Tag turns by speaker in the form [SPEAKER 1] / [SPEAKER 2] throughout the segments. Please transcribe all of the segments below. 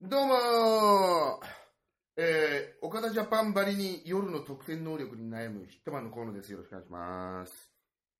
[SPEAKER 1] どうもーえー、岡田ジャパンばりに夜の得点能力に悩むヒットマンの河野です。よろしくお願いします。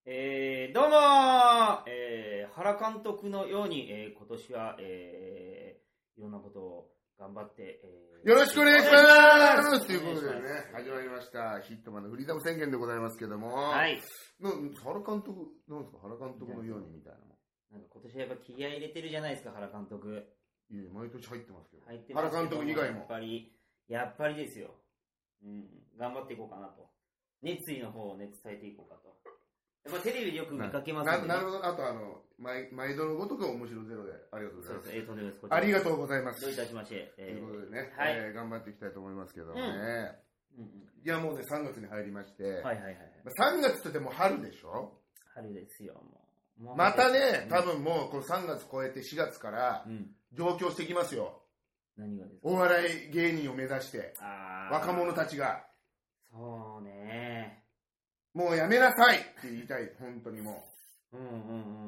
[SPEAKER 2] えー、どうもー、えー、原監督のように、えー、今年は、えー、いろんなことを頑張って、えー
[SPEAKER 1] よろしくお願いしますということでね
[SPEAKER 2] お願いしま、す
[SPEAKER 1] 始まりました。ヒットマンのフリーダム宣言でございますけども。
[SPEAKER 2] はい。
[SPEAKER 1] な原監督、なんですか原監督のようにみたいなも
[SPEAKER 2] なんか今年はやっぱ気合い入れてるじゃないですか、原監督。
[SPEAKER 1] ん。いや、毎年入ってますけど。
[SPEAKER 2] 入ってますけど
[SPEAKER 1] 原監督以外も
[SPEAKER 2] やっぱり、やっぱりですよ。うん、頑張っていこうかなと。熱意の方をね、伝えていこうかと。やっぱテレビでよく見かけます
[SPEAKER 1] な
[SPEAKER 2] ね。
[SPEAKER 1] なるほ
[SPEAKER 2] ど。
[SPEAKER 1] ど。あと、あの、毎毎度のごとく面白ゼロでありがとうござ
[SPEAKER 2] そ
[SPEAKER 1] いうま
[SPEAKER 2] です
[SPEAKER 1] す。
[SPEAKER 2] えー、とんでもないです。こちら
[SPEAKER 1] ありがとうございます。
[SPEAKER 2] どういたしまして。
[SPEAKER 1] と
[SPEAKER 2] え
[SPEAKER 1] いう
[SPEAKER 2] ー
[SPEAKER 1] ことでね、
[SPEAKER 2] はい
[SPEAKER 1] えー頑張っていきたいと思いますけどもね。
[SPEAKER 2] ううん
[SPEAKER 1] いや、もうね、3月に入りまして、
[SPEAKER 2] うん、はいはいはいはい。
[SPEAKER 1] まあ3月ってでも春でしょ
[SPEAKER 2] 春ですよ、もう。もう
[SPEAKER 1] またね、
[SPEAKER 2] うん
[SPEAKER 1] 多分もうこの3月超えて4月から
[SPEAKER 2] うん。
[SPEAKER 1] 上京してきますよ。
[SPEAKER 2] 何がですか
[SPEAKER 1] お笑い芸人を目指して、
[SPEAKER 2] あー
[SPEAKER 1] 若者たちが、
[SPEAKER 2] そうね。
[SPEAKER 1] もうやめなさいって言いたい、本当にも
[SPEAKER 2] うんうんう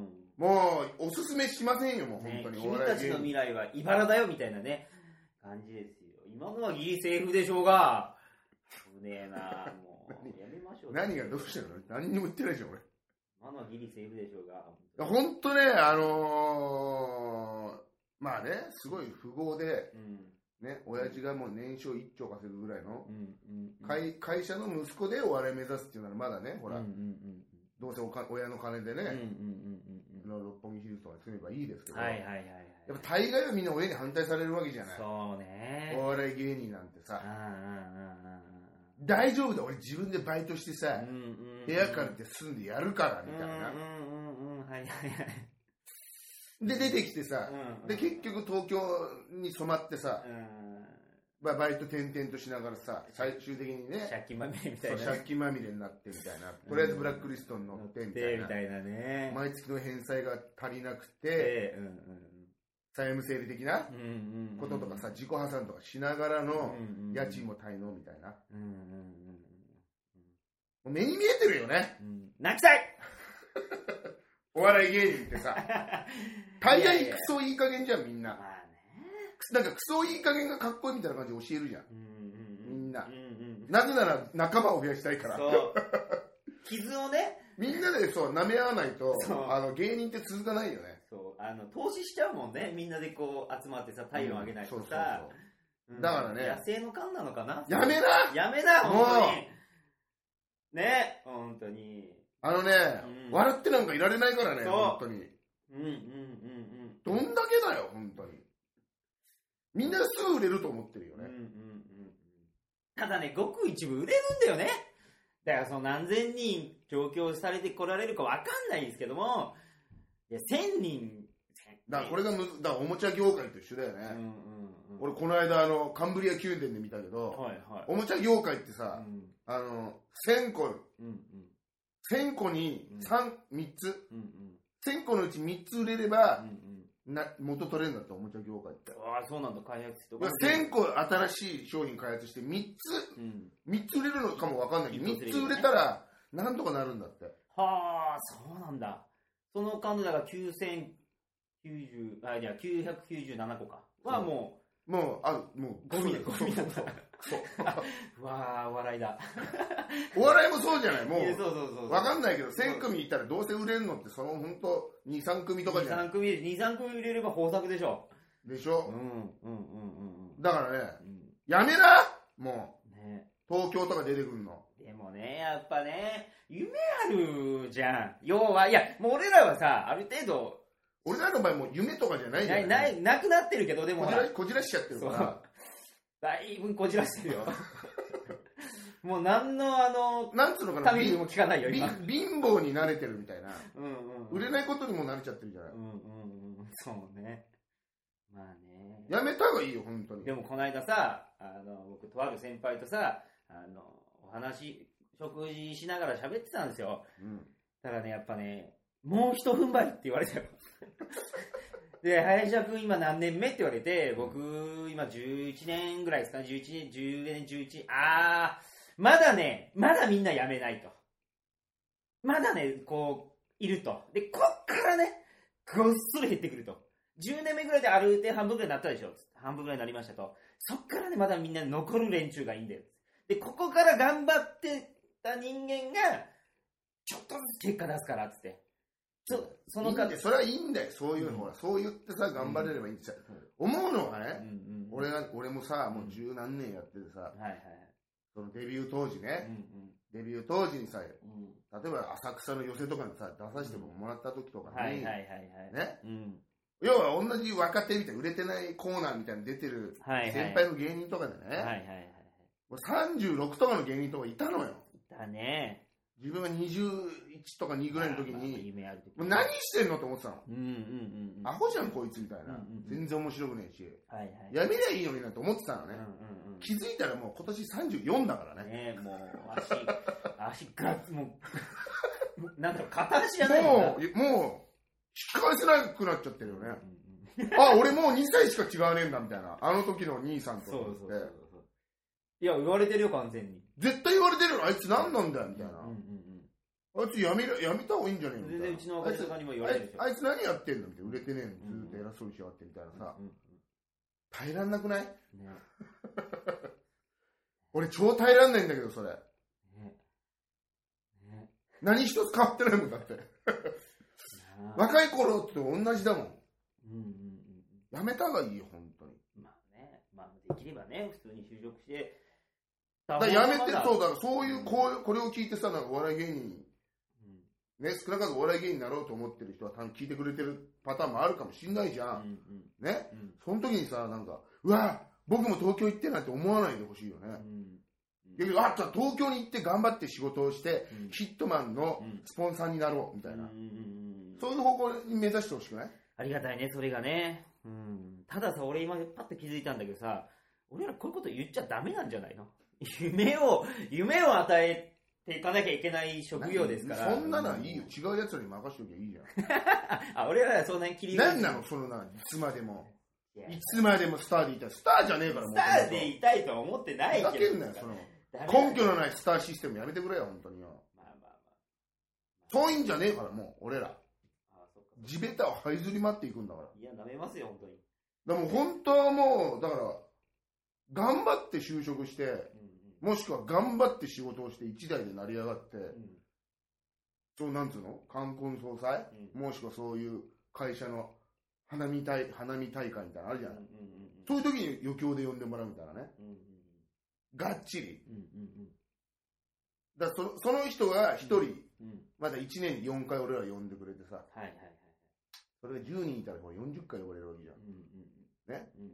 [SPEAKER 2] ん。
[SPEAKER 1] う。もう、おすすめしませんよ、もう本
[SPEAKER 2] ね
[SPEAKER 1] 当に。お
[SPEAKER 2] 君
[SPEAKER 1] 笑
[SPEAKER 2] た
[SPEAKER 1] い
[SPEAKER 2] ち
[SPEAKER 1] 芸
[SPEAKER 2] の
[SPEAKER 1] 人。
[SPEAKER 2] 未来は茨だよ、みたいなね、感じですよ。今のはギリセーフでしょうが。危ねえな、もう。やめましょう。
[SPEAKER 1] 何がどうしたの何にも言ってないじゃん、俺。
[SPEAKER 2] 今のはギリセーフでしょうが。
[SPEAKER 1] 本当ね、あのー、まあね、すごい富豪で、
[SPEAKER 2] うん。
[SPEAKER 1] ね、親父がもう年商1兆稼ぐぐらいの
[SPEAKER 2] うん。うん。うん
[SPEAKER 1] 会会社の息子でお笑い目指すっていうならまだね、ほら、
[SPEAKER 2] うんうんうん
[SPEAKER 1] どうせおか親の金で
[SPEAKER 2] うん。うんうん
[SPEAKER 1] ね、
[SPEAKER 2] うんうん
[SPEAKER 1] の六本木ヒルズとかに住めばいいですけ
[SPEAKER 2] うん。
[SPEAKER 1] ど、
[SPEAKER 2] はいはいはいはい。
[SPEAKER 1] やっぱ大概はみんな親に反対されるわけじゃない。
[SPEAKER 2] そうね。
[SPEAKER 1] お笑い芸人なんて
[SPEAKER 2] うん
[SPEAKER 1] さ、
[SPEAKER 2] う
[SPEAKER 1] 大丈夫だ、俺自分でバイトしてさ
[SPEAKER 2] ん、うんうんうんうん。
[SPEAKER 1] 部屋借りて住んでやるから、みたいな
[SPEAKER 2] うん。うんうんうん、はいはいはい。
[SPEAKER 1] で、出てきてさ、
[SPEAKER 2] うん
[SPEAKER 1] で、結、局東京に染まってさ
[SPEAKER 2] う、ん、
[SPEAKER 1] まあバイト転々としながらさ、最終的にね、
[SPEAKER 2] 借金まみれみ
[SPEAKER 1] そ
[SPEAKER 2] たいうな。
[SPEAKER 1] 借金まみれになってみたいな、とりあえずブラックリストに乗ってみたい
[SPEAKER 2] 乗
[SPEAKER 1] な
[SPEAKER 2] っ、てみたいなね。
[SPEAKER 1] 毎月の返済が足りなくて、
[SPEAKER 2] で、うん
[SPEAKER 1] 債務整理的な
[SPEAKER 2] うんうんうん。
[SPEAKER 1] こととかさ、自己破産とかしながらの
[SPEAKER 2] うんうん
[SPEAKER 1] 家賃も滞納みたいな。も
[SPEAKER 2] うんうんうん
[SPEAKER 1] う目に見えてるよね。
[SPEAKER 2] うんうん。泣きたい
[SPEAKER 1] お笑い芸人って さ、大
[SPEAKER 2] いやい
[SPEAKER 1] 概
[SPEAKER 2] や
[SPEAKER 1] クソいい加減じゃん、みん
[SPEAKER 2] ま
[SPEAKER 1] な。
[SPEAKER 2] あね。
[SPEAKER 1] なんかクソいい加減がかっこいいみたいな感じで教えるじゃん。
[SPEAKER 2] うんうんう
[SPEAKER 1] みんな
[SPEAKER 2] うんうん。
[SPEAKER 1] なぜなら仲間を増やしたいから。
[SPEAKER 2] そう。傷をね、
[SPEAKER 1] みんなでそう、舐め合わないと
[SPEAKER 2] そう、
[SPEAKER 1] あの、芸人って続かないよね。
[SPEAKER 2] そう、あの、投資しちゃうもんね。みんなでこう集まってさ、体温上げないと
[SPEAKER 1] うんそうそう
[SPEAKER 2] さ。うん
[SPEAKER 1] だからね
[SPEAKER 2] 野生の勘なのかな
[SPEAKER 1] そうやめな
[SPEAKER 2] やめな、
[SPEAKER 1] もう
[SPEAKER 2] 本当に。ね、本当に。
[SPEAKER 1] あのね、
[SPEAKER 2] うん
[SPEAKER 1] 笑ってなんかいられないからね、
[SPEAKER 2] そう
[SPEAKER 1] 本当に。
[SPEAKER 2] うんうんうん
[SPEAKER 1] どんだけだよ、本当に。みんなすぐ売れると思ってるよ
[SPEAKER 2] うん。うんうんう
[SPEAKER 1] ね。
[SPEAKER 2] ん。ただね、ごく一部売れるんだよね。だからその何千人上京されて来られるかわかんないんですけども、いや、千人。
[SPEAKER 1] だからこれがむず、だからおもちゃ業界と一緒だよね。
[SPEAKER 2] うんうんうん。
[SPEAKER 1] 俺この間あのカンブリア宮殿で見たけど、
[SPEAKER 2] はいはい。
[SPEAKER 1] おもちゃ業界って
[SPEAKER 2] う
[SPEAKER 1] さ、
[SPEAKER 2] ん
[SPEAKER 1] あの1000個
[SPEAKER 2] うんうん
[SPEAKER 1] 1000個に
[SPEAKER 2] うん
[SPEAKER 1] 3三つ
[SPEAKER 2] うんうん
[SPEAKER 1] 1000個のうち3つ売れれ
[SPEAKER 2] う
[SPEAKER 1] ば
[SPEAKER 2] んうん。
[SPEAKER 1] な元取れるんだっておもちゃ業界って
[SPEAKER 2] ああ、そうなんだ、開発して。
[SPEAKER 1] 1000個新しい商品開発して3つ
[SPEAKER 2] うん。
[SPEAKER 1] 三つ売れるのかもわかんないけど
[SPEAKER 2] 一個ず
[SPEAKER 1] 3
[SPEAKER 2] つ
[SPEAKER 1] つ売れたらなんとかなるんだって
[SPEAKER 2] はあ、そうなんだ。その間のだから9090、あ、いや、997個か。はもう、
[SPEAKER 1] もうあもう
[SPEAKER 2] ゴミだ、
[SPEAKER 1] そう
[SPEAKER 2] ゴミだった。
[SPEAKER 1] そう
[SPEAKER 2] う わあ、笑いだ。
[SPEAKER 1] お笑いもそうじゃないも
[SPEAKER 2] いや
[SPEAKER 1] う
[SPEAKER 2] そうそうそうそう。
[SPEAKER 1] わかん
[SPEAKER 2] ない。
[SPEAKER 1] ないけど1000組いたらどうせ売れるのってその本当二23組とか
[SPEAKER 2] 2、
[SPEAKER 1] じゃない
[SPEAKER 2] 3組、2、3組入れれば豊作でしょ。
[SPEAKER 1] でし
[SPEAKER 2] うん、う
[SPEAKER 1] ょ
[SPEAKER 2] ん、うん、うん、
[SPEAKER 1] だからね
[SPEAKER 2] うん。うん
[SPEAKER 1] やめなもう
[SPEAKER 2] ね
[SPEAKER 1] 東京とか出てくるの。
[SPEAKER 2] でもね、やっぱね、夢あるじゃん。要は、いや、もう俺らはさ、ある程度、
[SPEAKER 1] 俺らの場合もう夢とかじゃないじゃ
[SPEAKER 2] なんい、ない、なくなってるけど、でも
[SPEAKER 1] こじ
[SPEAKER 2] ほ
[SPEAKER 1] ら
[SPEAKER 2] ら
[SPEAKER 1] しこじらしちゃってるか
[SPEAKER 2] そう
[SPEAKER 1] ら。
[SPEAKER 2] だいぶこじらしてる よ。もう何のあの、
[SPEAKER 1] なんつうのか
[SPEAKER 2] た
[SPEAKER 1] な、
[SPEAKER 2] めにも
[SPEAKER 1] 貧
[SPEAKER 2] 聞かないよ、今。
[SPEAKER 1] 貧貧乏に慣れてるみたいな。
[SPEAKER 2] うんうん。
[SPEAKER 1] 売れないことにも慣れちゃってるじゃない
[SPEAKER 2] うん。うんうん。そうね。まあね。
[SPEAKER 1] やめた方がいいよ、本当に
[SPEAKER 2] で。もこの間さ、あの、僕とある先輩とさ、あの、お話、食事しながら喋ってたんですよ。
[SPEAKER 1] うん
[SPEAKER 2] ただね、やっぱね、もう一踏ん張りって言われたよ。で、林田君今何年目って言われて、僕今11年ぐらいですかね、11年、10年、11、あー、まだね、まだみんな辞めないと。まだね、こう、いると。で、こっからね、ごっそり減ってくると。10年目ぐらいである程度半分ぐらいになったでしょ。半分ぐらいになりましたと。そっからね、まだみんな残る連中がいいんだよ。で、ここから頑張ってた人間が、ちょっとずつ結果出すから、つって。そ、その
[SPEAKER 1] いいん
[SPEAKER 2] か、
[SPEAKER 1] だよそれはいいんだよ。そういう
[SPEAKER 2] うん
[SPEAKER 1] の、ほら、そう言ってさ、頑張れればいいんですよ。思うのは
[SPEAKER 2] うん
[SPEAKER 1] ね、
[SPEAKER 2] うん、
[SPEAKER 1] 俺
[SPEAKER 2] はい
[SPEAKER 1] が、俺もさ、もう十何年やっててさ、
[SPEAKER 2] はい
[SPEAKER 1] そのデビュー当時
[SPEAKER 2] はい。う
[SPEAKER 1] ね、
[SPEAKER 2] ん
[SPEAKER 1] デビュー当時にさ、例
[SPEAKER 2] うんうん
[SPEAKER 1] えば浅草の寄せとかにさ、出させてももらった時とか
[SPEAKER 2] はい
[SPEAKER 1] に、
[SPEAKER 2] はいはいはい。
[SPEAKER 1] ね、
[SPEAKER 2] うん。
[SPEAKER 1] 要は同じ若手みたいな、売れてないコーナーみたいに出てる
[SPEAKER 2] はいはい。
[SPEAKER 1] 先輩の芸人とかで
[SPEAKER 2] はいはい
[SPEAKER 1] ね、
[SPEAKER 2] はい。
[SPEAKER 1] 俺36とかの芸人とかいたのよ。
[SPEAKER 2] だね。
[SPEAKER 1] 自分が21とか2ぐらいの時
[SPEAKER 2] まあまあ
[SPEAKER 1] に、
[SPEAKER 2] 夢ある時
[SPEAKER 1] もう何してんのと思ってたの。
[SPEAKER 2] うんうんうんうん。
[SPEAKER 1] アホじゃんこいつみたいな
[SPEAKER 2] うんうん。
[SPEAKER 1] 全然面白くねえし。
[SPEAKER 2] はいはい。
[SPEAKER 1] やめりゃいいのになと思ってたの
[SPEAKER 2] うん
[SPEAKER 1] ね。
[SPEAKER 2] うんうん。
[SPEAKER 1] 気づいたらもう今年34だからね。
[SPEAKER 2] ねえ、もう、足、 足ガッツ、もう、 なんだろう、片足じゃないもんな
[SPEAKER 1] もう、もう、引き返せなくなっちゃってるよ
[SPEAKER 2] うんう
[SPEAKER 1] ね。
[SPEAKER 2] ん
[SPEAKER 1] あ、俺もう2歳しか違わねえんだみたいな。あの時の兄さんと
[SPEAKER 2] そ
[SPEAKER 1] 思
[SPEAKER 2] う
[SPEAKER 1] っ
[SPEAKER 2] そうそ
[SPEAKER 1] て。
[SPEAKER 2] うそうそう。いや、言われてるよ、完全に。
[SPEAKER 1] 絶対言われてるのあいつ何なんだよみたい
[SPEAKER 2] うんうん
[SPEAKER 1] な。あいつやめる、やめた方がいいんじゃねえ
[SPEAKER 2] う
[SPEAKER 1] み
[SPEAKER 2] ん。
[SPEAKER 1] たいな。
[SPEAKER 2] 全然うちの若手とかにも言わ
[SPEAKER 1] あ
[SPEAKER 2] れ
[SPEAKER 1] い
[SPEAKER 2] るで
[SPEAKER 1] つ
[SPEAKER 2] しょ。
[SPEAKER 1] あいつ何やってんのみたいな。売れてねえのに
[SPEAKER 2] うん
[SPEAKER 1] ずーっと偉そうにしやがってみたいなさ
[SPEAKER 2] う。んうん
[SPEAKER 1] 耐えらんなくない
[SPEAKER 2] うんね
[SPEAKER 1] 俺超耐えらんないんだけど、それ。
[SPEAKER 2] ねね
[SPEAKER 1] 何一つ変わってないもんだって。
[SPEAKER 2] なあ
[SPEAKER 1] 若い頃と同じだもん。
[SPEAKER 2] うんうんうんうん。
[SPEAKER 1] やめた方がいいよ、本当に。
[SPEAKER 2] まあね、まあできればね、普通に就職して、
[SPEAKER 1] だからやめて、そう
[SPEAKER 2] う、
[SPEAKER 1] だから、そういう、こういう、これを聞いてさ、なんかお笑い芸人、
[SPEAKER 2] うん
[SPEAKER 1] ね、少なからずお笑い芸人になろうと思ってる人は多分聞いてくれてるパターンもあるかもしんないじゃ
[SPEAKER 2] うん
[SPEAKER 1] ん。
[SPEAKER 2] うん
[SPEAKER 1] ね。
[SPEAKER 2] うん
[SPEAKER 1] その時にさ、なんか、うわ僕も東京行ってなんて思わないでほしいよ
[SPEAKER 2] う
[SPEAKER 1] ね。
[SPEAKER 2] ん
[SPEAKER 1] だけど、あじゃあ東京に行って頑張って仕事をして、
[SPEAKER 2] うん
[SPEAKER 1] ヒットマンの
[SPEAKER 2] うん
[SPEAKER 1] スポンサーになろう、みたいな。
[SPEAKER 2] うんうんうんうん
[SPEAKER 1] そういう方向に目指してほしくない
[SPEAKER 2] ありがたいね、それがね。うん。たださ、俺今パッと気づいたんだけどさ、俺らこういうこと言っちゃダメなんじゃないの夢を、夢を与えていかなきゃいけない職業ですから。
[SPEAKER 1] そんなのはいいよ。。違うやつらに任しときゃいいじゃん。
[SPEAKER 2] あ、俺らはそんなに切り
[SPEAKER 1] なんなのそのな、いつまでも。
[SPEAKER 2] いや
[SPEAKER 1] いつまでもスターでいたい。スターじゃねえから、も
[SPEAKER 2] ス
[SPEAKER 1] う。
[SPEAKER 2] ターでいたいとは思ってない
[SPEAKER 1] ふ
[SPEAKER 2] けど
[SPEAKER 1] ざ。けんなよ、その。
[SPEAKER 2] ダメだ
[SPEAKER 1] 根拠のないスターシステムやめてくれよ、本当によ。
[SPEAKER 2] まあまあ
[SPEAKER 1] そういうんじゃねえから、もう、俺ら。
[SPEAKER 2] まあ。あそっか。
[SPEAKER 1] 地べたを這いずり回っていくんだから。
[SPEAKER 2] いや、舐めますよ、本当に。
[SPEAKER 1] でもう本当はもう、だから、頑張って就職して、
[SPEAKER 2] う
[SPEAKER 1] もしくは頑張って仕事をして一台で成り上がって、
[SPEAKER 2] んうん。
[SPEAKER 1] そうなんつうの冠婚葬祭
[SPEAKER 2] うん。うん。
[SPEAKER 1] もしくはそういう会社の花見大、花見大会みたいなのあるじゃ
[SPEAKER 2] うん
[SPEAKER 1] ない、
[SPEAKER 2] うん
[SPEAKER 1] そういう時に余興で呼んでもらうみたいなね。
[SPEAKER 2] うんうん
[SPEAKER 1] がっちり。
[SPEAKER 2] うんうん
[SPEAKER 1] だからそその人が一人、
[SPEAKER 2] うんうん。
[SPEAKER 1] まだ1年に4回俺ら呼んでくれてさ、
[SPEAKER 2] はいはいはい。
[SPEAKER 1] それが10人いたらこれ40回呼ばれるわけじゃん。
[SPEAKER 2] うんうん。
[SPEAKER 1] ね。
[SPEAKER 2] うん。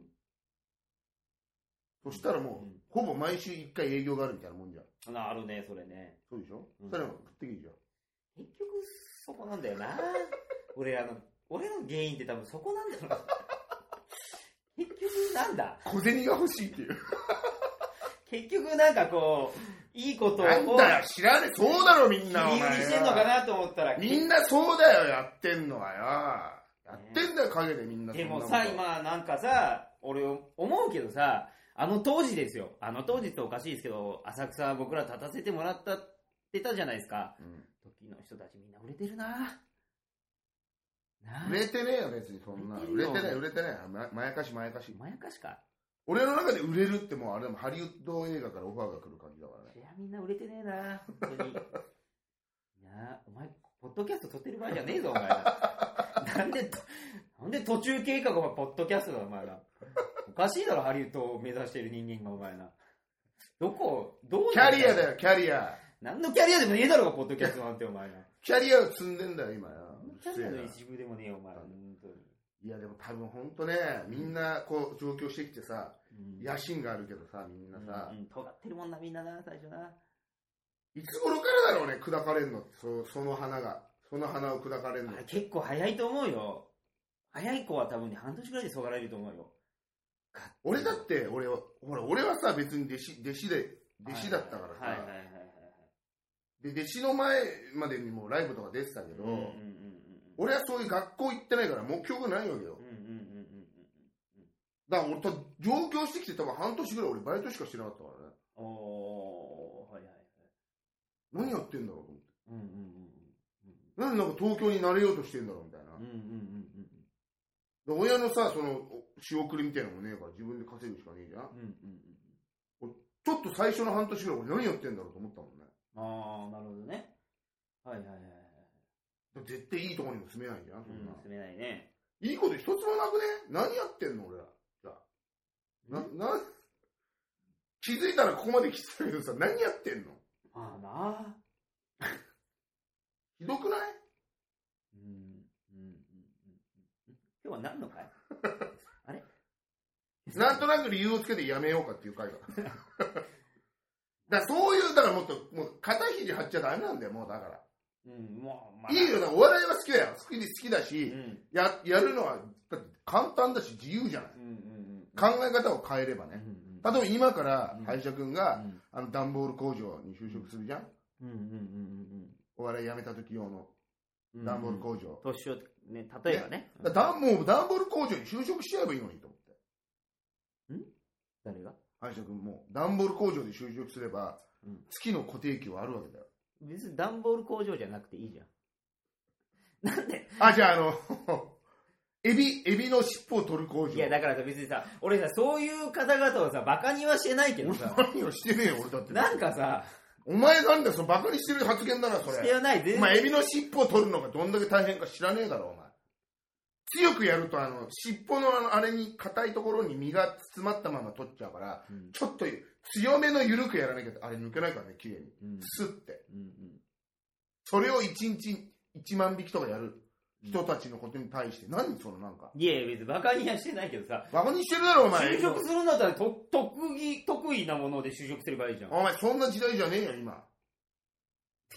[SPEAKER 1] そしたらもう、
[SPEAKER 2] うん
[SPEAKER 1] ほぼ毎週1回営業があるみたいなもんじゃん。
[SPEAKER 2] なるね、それね。
[SPEAKER 1] そうでしょ、
[SPEAKER 2] うん
[SPEAKER 1] そしたらもう食ってけいいじゃん。
[SPEAKER 2] 結局、そこなんだよな。俺らの、俺らの原因って多分そこなんだろうな。結局なんだ
[SPEAKER 1] 小銭が欲しいっていう。
[SPEAKER 2] 結局なんかこう、いいことを
[SPEAKER 1] なんだよ、知らねえ。そうだろ、みん
[SPEAKER 2] 切
[SPEAKER 1] な。お
[SPEAKER 2] り売
[SPEAKER 1] 前
[SPEAKER 2] り
[SPEAKER 1] は
[SPEAKER 2] してんのかなと思ったら、
[SPEAKER 1] みんなそうだよ、やってんのはよ。やってんだよ、陰でみんなそん
[SPEAKER 2] で
[SPEAKER 1] なこと。
[SPEAKER 2] もさ、今なんかさ、俺思うけどさ、あの当時ですよ。あの当時っておかしいですけど、浅草僕ら立たせてもらったってたじゃないですか。
[SPEAKER 1] うん。
[SPEAKER 2] 時の人たちみんな売れてるななあ
[SPEAKER 1] 売れてねえよ、別にそんな。売
[SPEAKER 2] 売れ
[SPEAKER 1] れ
[SPEAKER 2] て
[SPEAKER 1] て
[SPEAKER 2] るよ
[SPEAKER 1] ない、売れてない。ままやかし、まやかし。
[SPEAKER 2] まやかしか。
[SPEAKER 1] 俺の中で売れるってもう、あれでもハリウッド映画からオファーが来る感じだからね。
[SPEAKER 2] いや、みんな売れてねえな、本当に。 なあ、お前、ポッドキャスト撮ってる場合じゃねえぞ、お前ら。 なんで、なんで途中経過がポッドキャストだ、お前ら。おかしいだろ、ハリウッドを目指してる人間が、お前ら。どこ、どう
[SPEAKER 1] キャリアだ
[SPEAKER 2] よ。
[SPEAKER 1] よ、キャリア。
[SPEAKER 2] 何のキャリアでもねえだろうが、ポッドキャストなんて、お前ら。
[SPEAKER 1] キャリアを積んでんだよ、今よ。う
[SPEAKER 2] 何の
[SPEAKER 1] る
[SPEAKER 2] キャ
[SPEAKER 1] せ
[SPEAKER 2] リ
[SPEAKER 1] え
[SPEAKER 2] ア
[SPEAKER 1] な
[SPEAKER 2] の一部でもねえよ、お前ら。本当に。
[SPEAKER 1] いや、でも多分本当ね、みんなこう、上京してきてさ、
[SPEAKER 2] うん
[SPEAKER 1] 野心があるけどさ、みんなさ
[SPEAKER 2] う、んうん尖ってるもんな、みんなな、最初な。
[SPEAKER 1] いつ頃からだろうね、砕かれんのって、そその花が。その花を砕かれんの
[SPEAKER 2] あ。れ結構早いと思うよ。早い子は多分ね、半年くらいでそがれると思うよ。
[SPEAKER 1] 俺だって、俺は、ほら、俺はさ、別に弟子、弟子で、弟子だったからさ、
[SPEAKER 2] はいはいはいはいはい。
[SPEAKER 1] で、弟子の前までにもライブとか出てたけど、
[SPEAKER 2] うんうんうん
[SPEAKER 1] 俺はそういう学校行ってないから目標がないわけよ
[SPEAKER 2] うん。。うんうんうんうんうん。
[SPEAKER 1] だから俺と、上京してきて多分半年ぐらい俺バイトしかしてなかったからね。
[SPEAKER 2] おー、はいはいはい。
[SPEAKER 1] 何やってんだろうと思って。
[SPEAKER 2] うんうんうん
[SPEAKER 1] なんでなんか東京に慣れようとしてんだろうみたいな。
[SPEAKER 2] うん。うんうんうんうん。
[SPEAKER 1] で親のさ、その、お仕送りみたいなのもねえから、自分で稼ぐしかねえじゃん。
[SPEAKER 2] うんうんう
[SPEAKER 1] ちょっ
[SPEAKER 2] ん。
[SPEAKER 1] と最初の半年ぐらい俺何やってんだろうと思ったもんね。
[SPEAKER 2] ああ、なるほどね。はいはいはいはい。
[SPEAKER 1] だって絶対いいとこにも住めないじゃん、そんな。
[SPEAKER 2] うん、めないね。
[SPEAKER 1] いいこと一つもなくね何やってんの俺ら。じゃあ。な、な、気づいたらここまで来てたけどさ、何やってんの
[SPEAKER 2] まあな
[SPEAKER 1] ひどくない
[SPEAKER 2] うん、うん、うん。今日は何の会あれ
[SPEAKER 1] なんとなく理由をつけてやめようかっていう回が。だからそういう、だからもっと、もう肩肘張っちゃダメなんだよ、もうだから。
[SPEAKER 2] うん、もう、まあ、
[SPEAKER 1] いいよ、だからお笑いは好きだよ。好きで好きだ
[SPEAKER 2] う
[SPEAKER 1] し
[SPEAKER 2] ん、、うん、
[SPEAKER 1] や、やるのは、だって簡単だし自由じゃない。
[SPEAKER 2] うん、うん。
[SPEAKER 1] 考え方を変えれば
[SPEAKER 2] う
[SPEAKER 1] ね。
[SPEAKER 2] ん、
[SPEAKER 1] 例えば今から
[SPEAKER 2] うん、
[SPEAKER 1] 歯医者君
[SPEAKER 2] う
[SPEAKER 1] が、
[SPEAKER 2] ん、
[SPEAKER 1] あの、段ボール工場に就職するじゃん
[SPEAKER 2] うん、うん、うん、
[SPEAKER 1] お笑い辞めた時用の
[SPEAKER 2] うん。
[SPEAKER 1] 段ボール工場。
[SPEAKER 2] 年を、ね、例えばね。
[SPEAKER 1] だから段もう段ボール工場に就職しちゃえばいいのにと思って。
[SPEAKER 2] 誰が
[SPEAKER 1] 歯医者君も、段ボール工場で就職すれば
[SPEAKER 2] うん、
[SPEAKER 1] 月の固定給はあるわけだよ。
[SPEAKER 2] 別に段ボール工場じゃなくていいじゃん。なんで
[SPEAKER 1] あ、じゃああの、 エビ、エビの尻尾を取る工場。
[SPEAKER 2] いや、だからさ、別にさ、俺さ、そういう方々をさ、馬鹿にはしてないけど
[SPEAKER 1] 俺
[SPEAKER 2] さ、
[SPEAKER 1] 何をしてねえよ、俺だって。
[SPEAKER 2] なんかさ、
[SPEAKER 1] お前なんだよ、そのバカにしてる発言だな、そ
[SPEAKER 2] して
[SPEAKER 1] れ。
[SPEAKER 2] はない、
[SPEAKER 1] お
[SPEAKER 2] 全然。
[SPEAKER 1] 前、エビの尻尾を取るのがどんだけ大変か知らねえだろ、お前。強くやると、あの、尻尾のあの、あれに、硬いところに身が詰まったまま取っちゃうから、
[SPEAKER 2] うん
[SPEAKER 1] ちょっと強めの緩くやらなきゃ、あれ抜けないからね、綺麗に。
[SPEAKER 2] うん
[SPEAKER 1] スッて。
[SPEAKER 2] うん
[SPEAKER 1] それを1日1万匹とかやる人たちのことに対して、何そのなんか。
[SPEAKER 2] いやいや、別に馬鹿にはしてないけどさ、
[SPEAKER 1] バカにしてるだろ、お前。
[SPEAKER 2] 就職するんだったらと特技得意なもので就職すればいいじゃん
[SPEAKER 1] お前そんな時代じゃねえよ今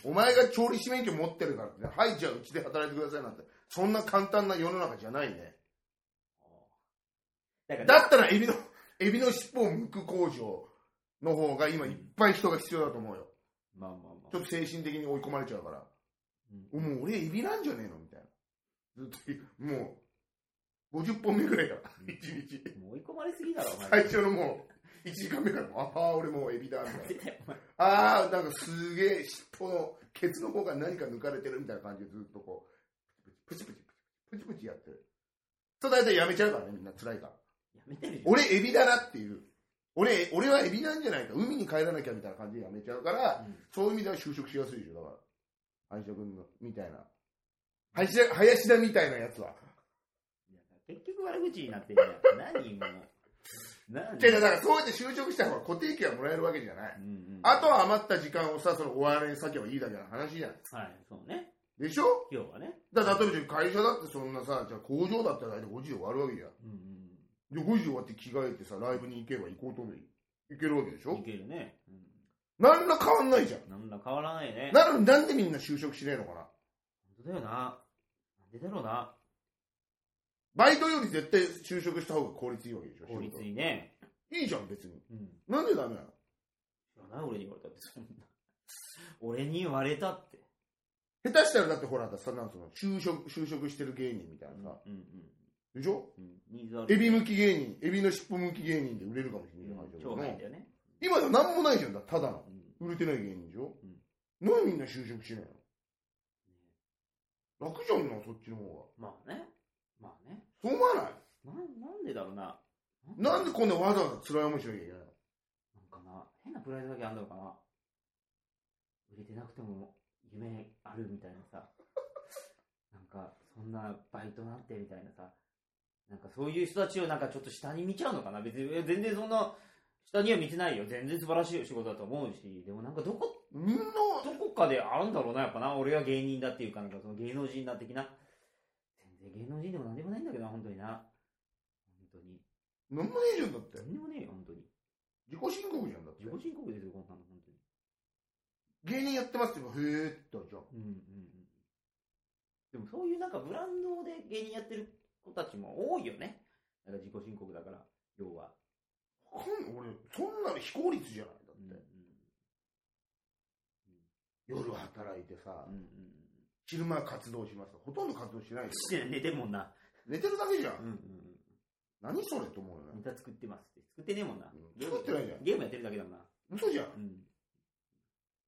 [SPEAKER 1] お前が調理師免許持ってるからってねはいじゃあうちで働いてくださいなんてそんな簡単な世の中じゃないね
[SPEAKER 2] だから
[SPEAKER 1] だったらエビのエビの尻尾を剥く工場の方が今いっぱい人が必要だと思うよ
[SPEAKER 2] まあまあ
[SPEAKER 1] ち
[SPEAKER 2] ま
[SPEAKER 1] ょっ
[SPEAKER 2] あ
[SPEAKER 1] と精神的に追い込まれちゃうから
[SPEAKER 2] うん
[SPEAKER 1] もう俺エビなんじゃねえのみたいなずっと言うもう50本目ぐらいから1日
[SPEAKER 2] もう追い込まれすぎだろお
[SPEAKER 1] 最
[SPEAKER 2] 前
[SPEAKER 1] 初のもう1時間 目からもうああ俺もうエビだみたいな
[SPEAKER 2] お前
[SPEAKER 1] ああ、なんかすげえ尻尾の、ケツの方が何か抜かれてるみたいな感じでずっとこう、プチプチプチプチプチプチやってる。と大体やめちゃうからね、みんな辛いから。
[SPEAKER 2] やめてるじゃん
[SPEAKER 1] 俺エビだなっていう。俺、俺はエビなんじゃないか。海に帰らなきゃみたいな感じでやめちゃうから、
[SPEAKER 2] うん
[SPEAKER 1] そういう意味では就職しやすいでしょ、だから。林田君の、みたいな。林田、林田みたいなやつは。
[SPEAKER 2] いや結局悪口になってるじゃん何もう何
[SPEAKER 1] 違う違う、だからそうやって就職した方が固定給はもらえるわけじゃない。
[SPEAKER 2] うんうん
[SPEAKER 1] あとは余った時間をさ、そのお笑いに割けばいいだけの話じゃん。
[SPEAKER 2] はいそうね
[SPEAKER 1] でしょ
[SPEAKER 2] 今日はね
[SPEAKER 1] だから例えば会社だってそんなさ、じゃあ工場だったら大体5時で終わるわけじゃん。
[SPEAKER 2] うん
[SPEAKER 1] で、5時で終わって着替えてさ、ライブに行けば行こうと思えば行けるわけでし
[SPEAKER 2] うんうんい
[SPEAKER 1] ょ
[SPEAKER 2] けるねうん
[SPEAKER 1] 何ら変わんないじゃん。
[SPEAKER 2] なんら変わらないね
[SPEAKER 1] なのになんでみんな就職しねえのかな
[SPEAKER 2] 本当だよななんでだろうな
[SPEAKER 1] バイトより絶対就職した方が効率いいわけでしょ
[SPEAKER 2] 効率
[SPEAKER 1] 仕
[SPEAKER 2] いいね
[SPEAKER 1] 事いいじゃん、別に。
[SPEAKER 2] うん
[SPEAKER 1] なんでダメなの
[SPEAKER 2] 知らない俺に言われたってそんな 俺に言われたって
[SPEAKER 1] 下手したらだってほら、だってさ、なんつうの、就職、就職してる芸人みたいなさ、
[SPEAKER 2] うんうん
[SPEAKER 1] でしょ
[SPEAKER 2] うんニーズある
[SPEAKER 1] エビ向き芸人、エビの尻尾向き芸人で売れるかもしれないじゃん
[SPEAKER 2] 超ないんだよね、
[SPEAKER 1] 今では何もないじゃん、だってただの。
[SPEAKER 2] うん
[SPEAKER 1] 売れてない芸人でしょ、
[SPEAKER 2] うん
[SPEAKER 1] なんでみんな就職しないの楽じゃんな、そっちの方が。
[SPEAKER 2] まあねまあね
[SPEAKER 1] そう思わない
[SPEAKER 2] ななんでだろうな
[SPEAKER 1] なんでこんなわざわざ辛い思いしなきゃいけないの
[SPEAKER 2] なんかな変なプライドだけあんのかな売れてなくても夢あるみたいな さなんかそんなバイトなんてみたいなさなんかそういう人たちをなんかちょっと下に見ちゃうのかな別にえ全然そんな下には見てないよ全然素晴らしい仕事だと思うしでもなんかどこ
[SPEAKER 1] みんな、
[SPEAKER 2] どこかであるんだろうなやっぱな俺は芸人だっていうかなんかその芸能人だ的な全然芸能人でもなんでもないんだけどな本当にな本当に
[SPEAKER 1] なんもねえじゃんだって。
[SPEAKER 2] 何でもねえよ、本当に。
[SPEAKER 1] 自己申告じゃんだって
[SPEAKER 2] 自。己申告ですよ、こんなの、本当に。
[SPEAKER 1] 芸人やってますって言えば、へえって言ったらじゃん。
[SPEAKER 2] うんうんうん。でもそういうなんかブランドで芸人やってる子たちも多いよね。なんか自己申告だから、要は。
[SPEAKER 1] わかんない俺、そんなの非効率じゃないだ
[SPEAKER 2] うん
[SPEAKER 1] って。夜働いてさ
[SPEAKER 2] うん、うん。
[SPEAKER 1] 昼間活動します。ほとんど活動しないよ。
[SPEAKER 2] して寝てんもんな。
[SPEAKER 1] 寝てるだけじゃ
[SPEAKER 2] うん
[SPEAKER 1] ん。
[SPEAKER 2] うん
[SPEAKER 1] 何それと思うよ
[SPEAKER 2] うん。ネ
[SPEAKER 1] ね。
[SPEAKER 2] タ作ってますって。作ってねえもんな。
[SPEAKER 1] うん作ってないじゃん
[SPEAKER 2] ゲームやってるだけだもんな。
[SPEAKER 1] 嘘じゃん。
[SPEAKER 2] うん。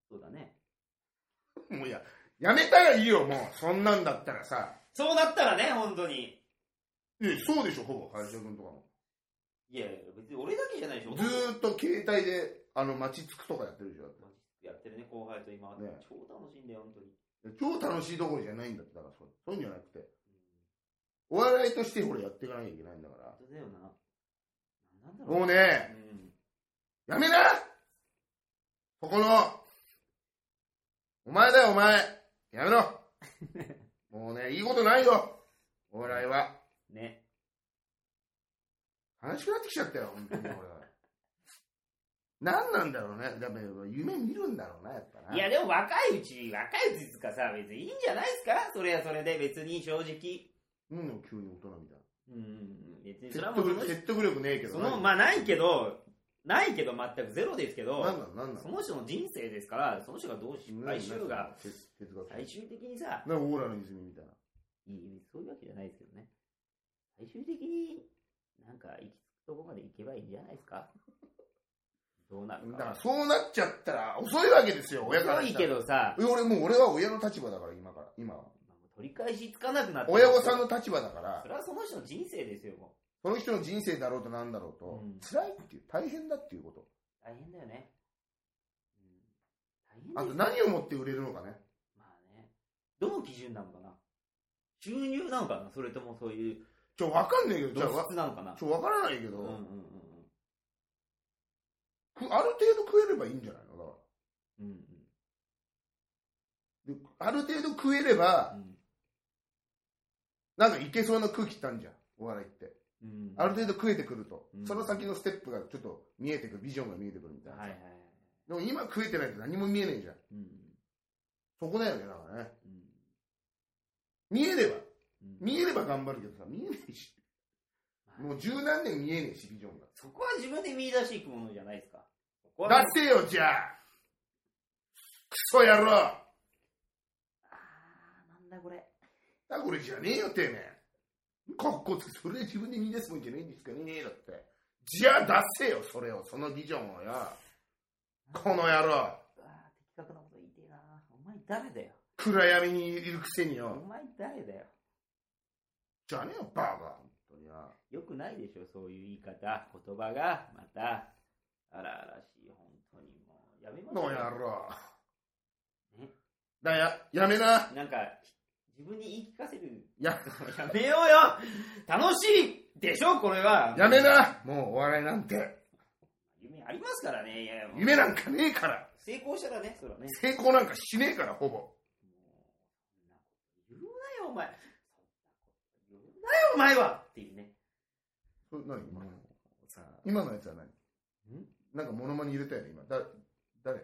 [SPEAKER 2] そうだね。
[SPEAKER 1] もういや、やめたらいいよ、もう。そんなんだったらさ。
[SPEAKER 2] そうなったらね、本当に。
[SPEAKER 1] いや、そうでしょ、ほぼ、林く君とかも。
[SPEAKER 2] いやいや、別に俺だけじゃないでしょ。
[SPEAKER 1] ずーっと携帯で、あの、街つくとかやってるでしょ。
[SPEAKER 2] やってるね、後輩と今。
[SPEAKER 1] ね
[SPEAKER 2] 超楽しいんだよ、本当に。
[SPEAKER 1] 超楽しいどころじゃないんだって、だからそう、そういうんじゃなくて。お笑いとして、ほら、やっていかなきゃいけないんだから。
[SPEAKER 2] 本当だよな。なんだろう。
[SPEAKER 1] もうね、
[SPEAKER 2] うん。
[SPEAKER 1] やめなここの、お前だよ、お前。やめ ろ。もうね、いいことないよ。お笑いは。
[SPEAKER 2] ね。
[SPEAKER 1] 悲しくなってきちゃったよ、本当に俺は。 何なんだろうね。だめ夢見るんだろうな、やっぱな。
[SPEAKER 2] いや、でも若いうち、若いうちっつうかさ、別にいいんじゃないですかそれはそれで、別に正直。
[SPEAKER 1] うんの急に大人みたい
[SPEAKER 2] うん。別に、それは
[SPEAKER 1] な。
[SPEAKER 2] も
[SPEAKER 1] 説
[SPEAKER 2] うその
[SPEAKER 1] 得
[SPEAKER 2] 人、
[SPEAKER 1] 説得力ねえけど
[SPEAKER 2] その、まあないけど、ないけど全くゼロですけど、
[SPEAKER 1] 何なの何なの
[SPEAKER 2] その人の人生ですから、その人がどう失敗しようが、。
[SPEAKER 1] 哲哲学。
[SPEAKER 2] 最終的にさ、
[SPEAKER 1] なんかオーラの泉みたいな。
[SPEAKER 2] いいそういうわけじゃないですけどね。最終的になんか行き着くとこまで行けばいいんじゃないですかどうなる
[SPEAKER 1] だから
[SPEAKER 2] か。
[SPEAKER 1] そうなっちゃったら遅いわけですよ、親から
[SPEAKER 2] 遅い
[SPEAKER 1] した
[SPEAKER 2] け
[SPEAKER 1] ら。
[SPEAKER 2] どさ、
[SPEAKER 1] え俺もう俺は親の立場だから、今から。今は。
[SPEAKER 2] 取り返しつかなくなって
[SPEAKER 1] 親御さんの立場だから
[SPEAKER 2] そ、れはその人の人生ですよ、も
[SPEAKER 1] その人の人生だろうとなんだろうと、
[SPEAKER 2] うん
[SPEAKER 1] 辛いっていう、大変だっていうこと。
[SPEAKER 2] う。大変だよね。うん、
[SPEAKER 1] あ
[SPEAKER 2] 大
[SPEAKER 1] と
[SPEAKER 2] 変だよ。
[SPEAKER 1] 何をもって売れるのかね。
[SPEAKER 2] まあね。どの基準なのかな収入なのかなそれともそういう、
[SPEAKER 1] ちょ、わかんないけど、
[SPEAKER 2] 同
[SPEAKER 1] じゃあわ
[SPEAKER 2] 質なのかな
[SPEAKER 1] ちょ、わからないけ
[SPEAKER 2] う
[SPEAKER 1] ど、
[SPEAKER 2] んうんうん
[SPEAKER 1] くある程度食えればいいんじゃないのだか
[SPEAKER 2] うん。うん
[SPEAKER 1] らである程度食えれば、なんかいけそうな空気ってあるじゃん、お笑いって。
[SPEAKER 2] うん。うん。
[SPEAKER 1] ある程度食えてくると、
[SPEAKER 2] うん
[SPEAKER 1] その先のステップがちょっと見えてくる、ビジョンが見えてくるみたいな。
[SPEAKER 2] はいはいはい。
[SPEAKER 1] でも今食えてないと何も見えないじゃん。
[SPEAKER 2] うん
[SPEAKER 1] そこだよね、だからね。
[SPEAKER 2] うん。
[SPEAKER 1] 見えれば、
[SPEAKER 2] うん
[SPEAKER 1] 見えれば頑張るけどさ、見えないし。もう十何年見えねえし、ビジョンが。
[SPEAKER 2] そこは自分で見出していくものじゃないですか。そこは
[SPEAKER 1] 出せよ、じゃあクソ野郎
[SPEAKER 2] あーなんだこれ。
[SPEAKER 1] だこれじゃねえよ、てめえ。かっこつけ、それで自分で見出すもんじゃねえんですかねえだって。じゃあ出せよ、それを、そのビジョンをよ。この野郎
[SPEAKER 2] うわー的確なこと言いてえな。お前誰だよ。
[SPEAKER 1] 暗闇にいるくせに
[SPEAKER 2] お
[SPEAKER 1] よ。
[SPEAKER 2] 前誰だよ。
[SPEAKER 1] じゃねえよ、バーガー。本当にな
[SPEAKER 2] よくないでしょ、そういう言い方、言葉が、また、荒々しい、本当にもう、やめま
[SPEAKER 1] こ
[SPEAKER 2] しょ
[SPEAKER 1] の
[SPEAKER 2] う
[SPEAKER 1] 野
[SPEAKER 2] よ。
[SPEAKER 1] 郎
[SPEAKER 2] え。
[SPEAKER 1] だや、やめな。
[SPEAKER 2] なんか、自分に言い聞かせる。
[SPEAKER 1] や、
[SPEAKER 2] やめようよ楽しいでしょ、これは。
[SPEAKER 1] やめな。もうお笑いなんて、
[SPEAKER 2] 夢ありますからね。いやいやもう
[SPEAKER 1] 夢なんかねえから。
[SPEAKER 2] 成功したらね、それはね。
[SPEAKER 1] 成功なんかしねえから、ほぼ。
[SPEAKER 2] もう、そんなこと言うなよ、お前。そんなこと言うなよ、お前はっていうね。
[SPEAKER 1] それ何今の
[SPEAKER 2] さあ、
[SPEAKER 1] 今のやつは何
[SPEAKER 2] ん
[SPEAKER 1] なんかモノマネ入れたよね、今。だ、誰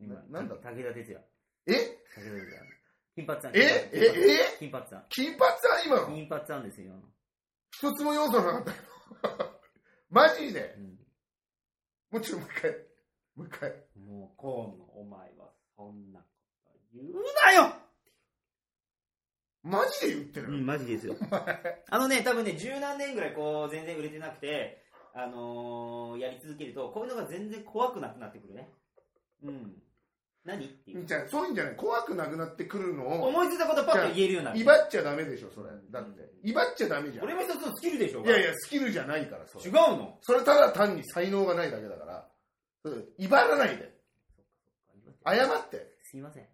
[SPEAKER 2] 今
[SPEAKER 1] ななんだ
[SPEAKER 2] 武田鉄矢。
[SPEAKER 1] え
[SPEAKER 2] 武田鉄矢。金髪さん。
[SPEAKER 1] えええ
[SPEAKER 2] 金髪さん。
[SPEAKER 1] 金髪さん今の
[SPEAKER 2] 金髪さんですよ。
[SPEAKER 1] 一つも要素なかったよ。 マジで
[SPEAKER 2] うん
[SPEAKER 1] もうちょっともう一回。もう一回。
[SPEAKER 2] もう、こうのお前は、そんなこと言うなよ
[SPEAKER 1] マジで言ってる、
[SPEAKER 2] うん、マジですよ。 あのね、多分ね、十何年ぐらいこう、全然売れてなくて、あのー、やり続けると、こういうのが全然怖くなくなってくるね。うん。何っていう。
[SPEAKER 1] じゃあそういうんじゃない。怖くなくなってくるのを、
[SPEAKER 2] 思いついたことパッと言えるようになる
[SPEAKER 1] 威張っちゃダメでしょ、それ。だって。威張っちゃダメじゃん。
[SPEAKER 2] 俺も一つのスキルでしょ
[SPEAKER 1] いやい
[SPEAKER 2] や、
[SPEAKER 1] や、スキルじゃないから、そ
[SPEAKER 2] 違
[SPEAKER 1] れ。
[SPEAKER 2] うの
[SPEAKER 1] それただ単に才能がないだけだから。うん威張らないで。謝って。
[SPEAKER 2] すいません。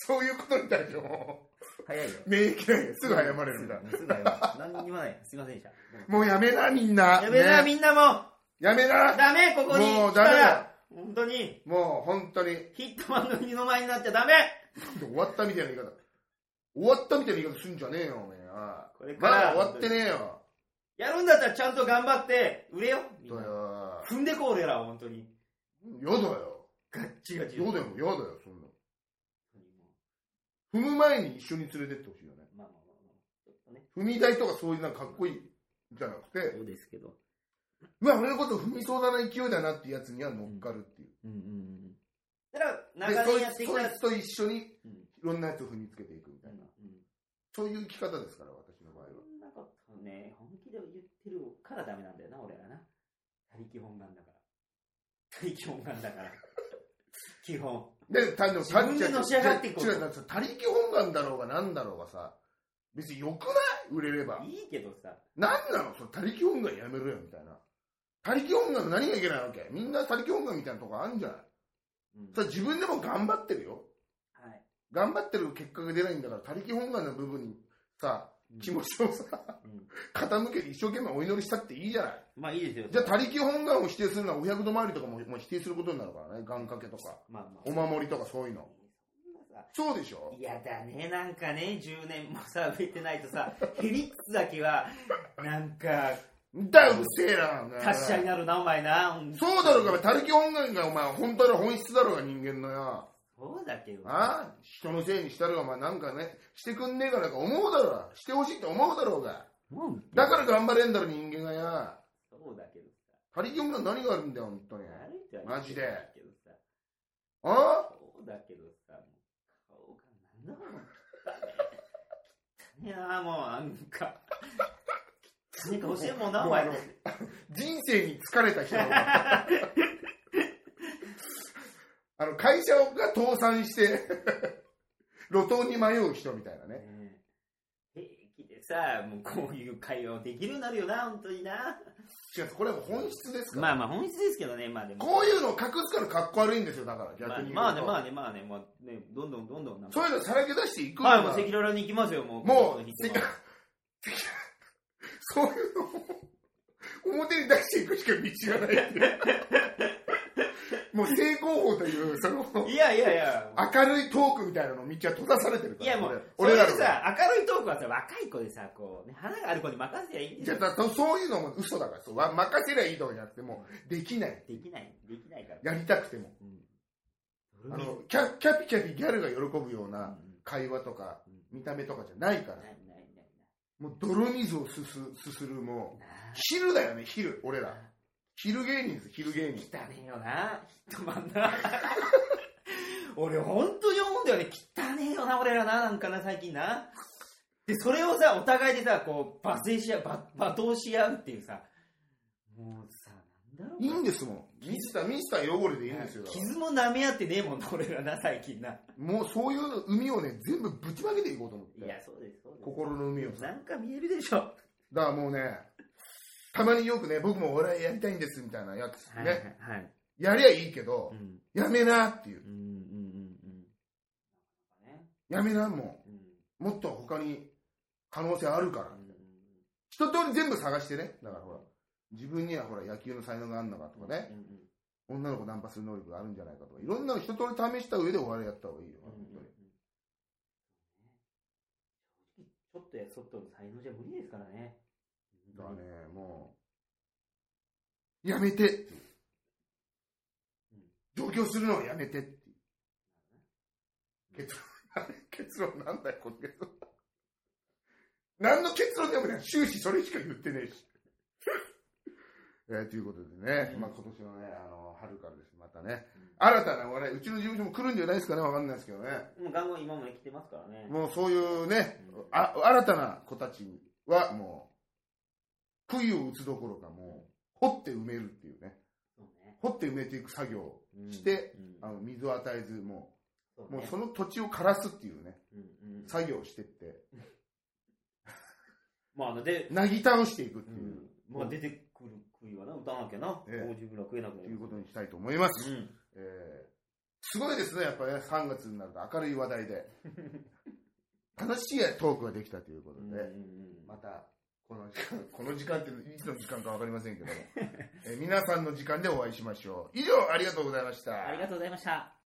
[SPEAKER 1] そういうことに対しても
[SPEAKER 2] 早いよ。
[SPEAKER 1] う、免疫ないよ。すぐ謝れるんだ。
[SPEAKER 2] すぐすぐ謝る。何にもない。すいませんでした。
[SPEAKER 1] もうやめな、みんな。
[SPEAKER 2] やめな、
[SPEAKER 1] ね
[SPEAKER 2] みんなも
[SPEAKER 1] やめ
[SPEAKER 2] う
[SPEAKER 1] な。
[SPEAKER 2] ダメここに
[SPEAKER 1] もう
[SPEAKER 2] 来た
[SPEAKER 1] ダメだ
[SPEAKER 2] ら本当に、
[SPEAKER 1] もう本当に。
[SPEAKER 2] ヒットマンの二の前になっちゃダメ
[SPEAKER 1] 終わったみたいな言い方。終わったみたいな言い方すんじゃねえよ、おめえは。
[SPEAKER 2] これか
[SPEAKER 1] まだ
[SPEAKER 2] ら、
[SPEAKER 1] 終わってねえよ。
[SPEAKER 2] やるんだったらちゃんと頑張って、売れよ。みん
[SPEAKER 1] どう
[SPEAKER 2] な
[SPEAKER 1] よ。
[SPEAKER 2] 踏んでこう俺らは本当に。
[SPEAKER 1] やだよ。
[SPEAKER 2] ガッチガチ。
[SPEAKER 1] やだよ、やだよ、そんな。踏む前に一緒に連れてってほしいよね。
[SPEAKER 2] まあまあまあまあ。ちょっとね。
[SPEAKER 1] 踏み台とかそういうなんかかっこいいじゃなくて、
[SPEAKER 2] そうですけど。
[SPEAKER 1] うわ、俺のこと踏みそうだな勢いだなってやつには乗っかるっていう。
[SPEAKER 2] うんうんうん。だから、
[SPEAKER 1] で
[SPEAKER 2] 長
[SPEAKER 1] そ
[SPEAKER 2] 年
[SPEAKER 1] い
[SPEAKER 2] やって
[SPEAKER 1] つ
[SPEAKER 2] き
[SPEAKER 1] そ
[SPEAKER 2] た
[SPEAKER 1] い
[SPEAKER 2] ら、
[SPEAKER 1] つと一緒にい
[SPEAKER 2] う
[SPEAKER 1] ろ
[SPEAKER 2] ん
[SPEAKER 1] んなやつを踏みつけていくみ
[SPEAKER 2] う
[SPEAKER 1] たいな。
[SPEAKER 2] ん
[SPEAKER 1] そういう生き方ですから、私の場合は
[SPEAKER 2] そ。んなことね、本気で言ってるからダメなんだよな、俺らな。他力本願だから。他力本願だから。基本。
[SPEAKER 1] で、単純
[SPEAKER 2] 自分でのし上がっていこう
[SPEAKER 1] 違う、違う他力本願だろうがなんだろうがさ、別に良くない売れれば。
[SPEAKER 2] いいけどさ。
[SPEAKER 1] なんなのそれ、他力本願やめろよ、みたいな。他力本願の何がいけないわけみんな他力本願みたいなとこあるんじゃない
[SPEAKER 2] うん
[SPEAKER 1] それ自分でも頑張ってるよ。
[SPEAKER 2] はい。
[SPEAKER 1] 頑張ってる結果が出ないんだから、他力本願の部分にさ、気持ちをさ、
[SPEAKER 2] うん
[SPEAKER 1] 傾けて一生懸命お祈りしたっていいじゃない。
[SPEAKER 2] まあいいですよ。
[SPEAKER 1] じゃあ、他力本願を否定するのは、お百度回りとかももう否定することになるからね。願掛けとか、
[SPEAKER 2] まあまあ。
[SPEAKER 1] お守りとかそういうの。
[SPEAKER 2] そんなさ
[SPEAKER 1] そうでしょ
[SPEAKER 2] 嫌だね、なんかね、10年もさ、植えてないとさ、ヘリッツだけは、なんか、
[SPEAKER 1] だよ、うっせえな。
[SPEAKER 2] 達者になるな、お前な。
[SPEAKER 1] そうだろうが、他力本願がお前、本当の本質だろうが、人間のよ。
[SPEAKER 2] そうだけど。
[SPEAKER 1] ああ人のせいにしたらお前なんかね、してくんねえかなんか思うだろう。してほしいって思うだろうが。
[SPEAKER 2] うん
[SPEAKER 1] だから頑張れんだろ、人間がよ。
[SPEAKER 2] そうだけどさ。
[SPEAKER 1] 他力本願何があるんだよ、本当に。
[SPEAKER 2] 歩いてはいい
[SPEAKER 1] マジで
[SPEAKER 2] だけどさ。
[SPEAKER 1] あ
[SPEAKER 2] そうだけどさ、もう顔がなんだろう。いやもうなんか、なんか教えんもんな、お前。
[SPEAKER 1] もう人生に疲れた人 あの会社が倒産して 路頭に迷う人みたいなね
[SPEAKER 2] ねえ平気でさ、もうこういう会話をできるようになるよな、本当にな。
[SPEAKER 1] 違うこれは本質ですから、
[SPEAKER 2] まあまあ本質ですけどね、まあでも。
[SPEAKER 1] こういうのを隠すからかっこ悪いんですよだから
[SPEAKER 2] まあ
[SPEAKER 1] 逆に言うと、
[SPEAKER 2] まあね、まあね、まあね、まあね、どんどんどんどんなんか。
[SPEAKER 1] そういうのさらけ出していく
[SPEAKER 2] はい、もう
[SPEAKER 1] の
[SPEAKER 2] 赤
[SPEAKER 1] が
[SPEAKER 2] 裸々に行きますよ、もう。
[SPEAKER 1] もう
[SPEAKER 2] この人
[SPEAKER 1] せそういうのを表に出していくしか道がないってもう正攻法というその
[SPEAKER 2] いやいやいや。
[SPEAKER 1] 明るいトークみたいなの道は閉ざされてるか
[SPEAKER 2] い
[SPEAKER 1] ら
[SPEAKER 2] やもう、
[SPEAKER 1] 俺ら
[SPEAKER 2] そ
[SPEAKER 1] の
[SPEAKER 2] ういうさ、明るいトークはさ、若い子でさ、こう、ね、花がある子に任せりゃいいん
[SPEAKER 1] じゃ
[SPEAKER 2] だ
[SPEAKER 1] あ
[SPEAKER 2] よ。
[SPEAKER 1] だとそういうのも嘘だからそうわ任せりゃいいとかじゃなくてもうできない
[SPEAKER 2] できない、できないから。
[SPEAKER 1] やりたくても
[SPEAKER 2] うん。
[SPEAKER 1] あ
[SPEAKER 2] うん
[SPEAKER 1] のキャキャピキャピギャルが喜ぶよう
[SPEAKER 2] うん
[SPEAKER 1] な会話とか
[SPEAKER 2] うん
[SPEAKER 1] 見た目とかじゃないから
[SPEAKER 2] ないないない
[SPEAKER 1] もう泥水をすすすするもう
[SPEAKER 2] な
[SPEAKER 1] 昼だよね昼俺
[SPEAKER 2] あ
[SPEAKER 1] ら昼芸人です昼芸人
[SPEAKER 2] 汚ねえよな、きっとまんな。 俺、本当に思うんだよね、汚ねえよな、俺らな、なんかな、最近な。で、それをさ、お互いでさ、こう、罵声し合う、ば罵倒し合うっていうさ、もうさ、なんだろう
[SPEAKER 1] いいんですもんミスターミスター汚れでいいんですよだから
[SPEAKER 2] 傷も舐め合ってねえもんな、俺らな、最近な。い
[SPEAKER 1] もうそういう海をね全部ぶちまけていこうと思って
[SPEAKER 2] や、そうです、そうです。
[SPEAKER 1] 心の海をさ
[SPEAKER 2] なんか見えるでしょ。
[SPEAKER 1] だからもうねたまによくね僕もお笑いやりたいんですみたいなやつね、
[SPEAKER 2] はい、はい。
[SPEAKER 1] やりゃいいけど
[SPEAKER 2] う、ん、
[SPEAKER 1] やめなっていう
[SPEAKER 2] うん、うん、うん、うん。ね。
[SPEAKER 1] やめなも
[SPEAKER 2] うん、
[SPEAKER 1] うもっと他に可能性あるから
[SPEAKER 2] うん、
[SPEAKER 1] 一通り全部探してねだからほら自分にはほら野球の才能があるのかとかね、
[SPEAKER 2] うん、
[SPEAKER 1] 女の子ナンパする能力があるんじゃないかとかいろんなの一通り試した上でお笑いやった方がいいよ、
[SPEAKER 2] うん、
[SPEAKER 1] 本当に
[SPEAKER 2] ちょっとやそっとの才能じゃ無理ですからね。
[SPEAKER 1] だからねもうやめて上京するのはやめてっていう結論結論 なんだよこの結論何の結論でもない終始それしか言ってねえし えーということでね、
[SPEAKER 2] うん
[SPEAKER 1] まあ、今年のねあの春からですまたね新たなお笑いうちの事務所も来るんじゃないですかねわかんないですけどね
[SPEAKER 2] もうガンゴン今も生きてますからね。
[SPEAKER 1] もうそういうね
[SPEAKER 2] うん、
[SPEAKER 1] あ新たな子たちはもう、杭を打つどころかもう、掘って埋めるっていうね、
[SPEAKER 2] そうね
[SPEAKER 1] 掘って埋めていく作業、
[SPEAKER 2] うん
[SPEAKER 1] して、
[SPEAKER 2] うん
[SPEAKER 1] あの水を与えず、も
[SPEAKER 2] そう
[SPEAKER 1] う、もう
[SPEAKER 2] ね
[SPEAKER 1] その土地を枯らすっていうね、
[SPEAKER 2] うんうん
[SPEAKER 1] 作業をしてって、
[SPEAKER 2] まああの、で、
[SPEAKER 1] なぎ倒していくって
[SPEAKER 2] う、
[SPEAKER 1] いうん
[SPEAKER 2] まあ出てくる食いはな、歌わなきゃな。もう
[SPEAKER 1] ええ
[SPEAKER 2] 自分ら食えなくな
[SPEAKER 1] と
[SPEAKER 2] る
[SPEAKER 1] いうことにしたいと思います。
[SPEAKER 2] うん。
[SPEAKER 1] えーすごいですね、やっぱり、ね、3月になると明るい話題 で、楽しいトークができたということ
[SPEAKER 2] うん
[SPEAKER 1] で。
[SPEAKER 2] うん
[SPEAKER 1] またこの時間、 この時間っていつの時間か分かりませんけども、えー皆さんの時間でお会いしましょう。以上、ありがとうございました。
[SPEAKER 2] ありがとうございました。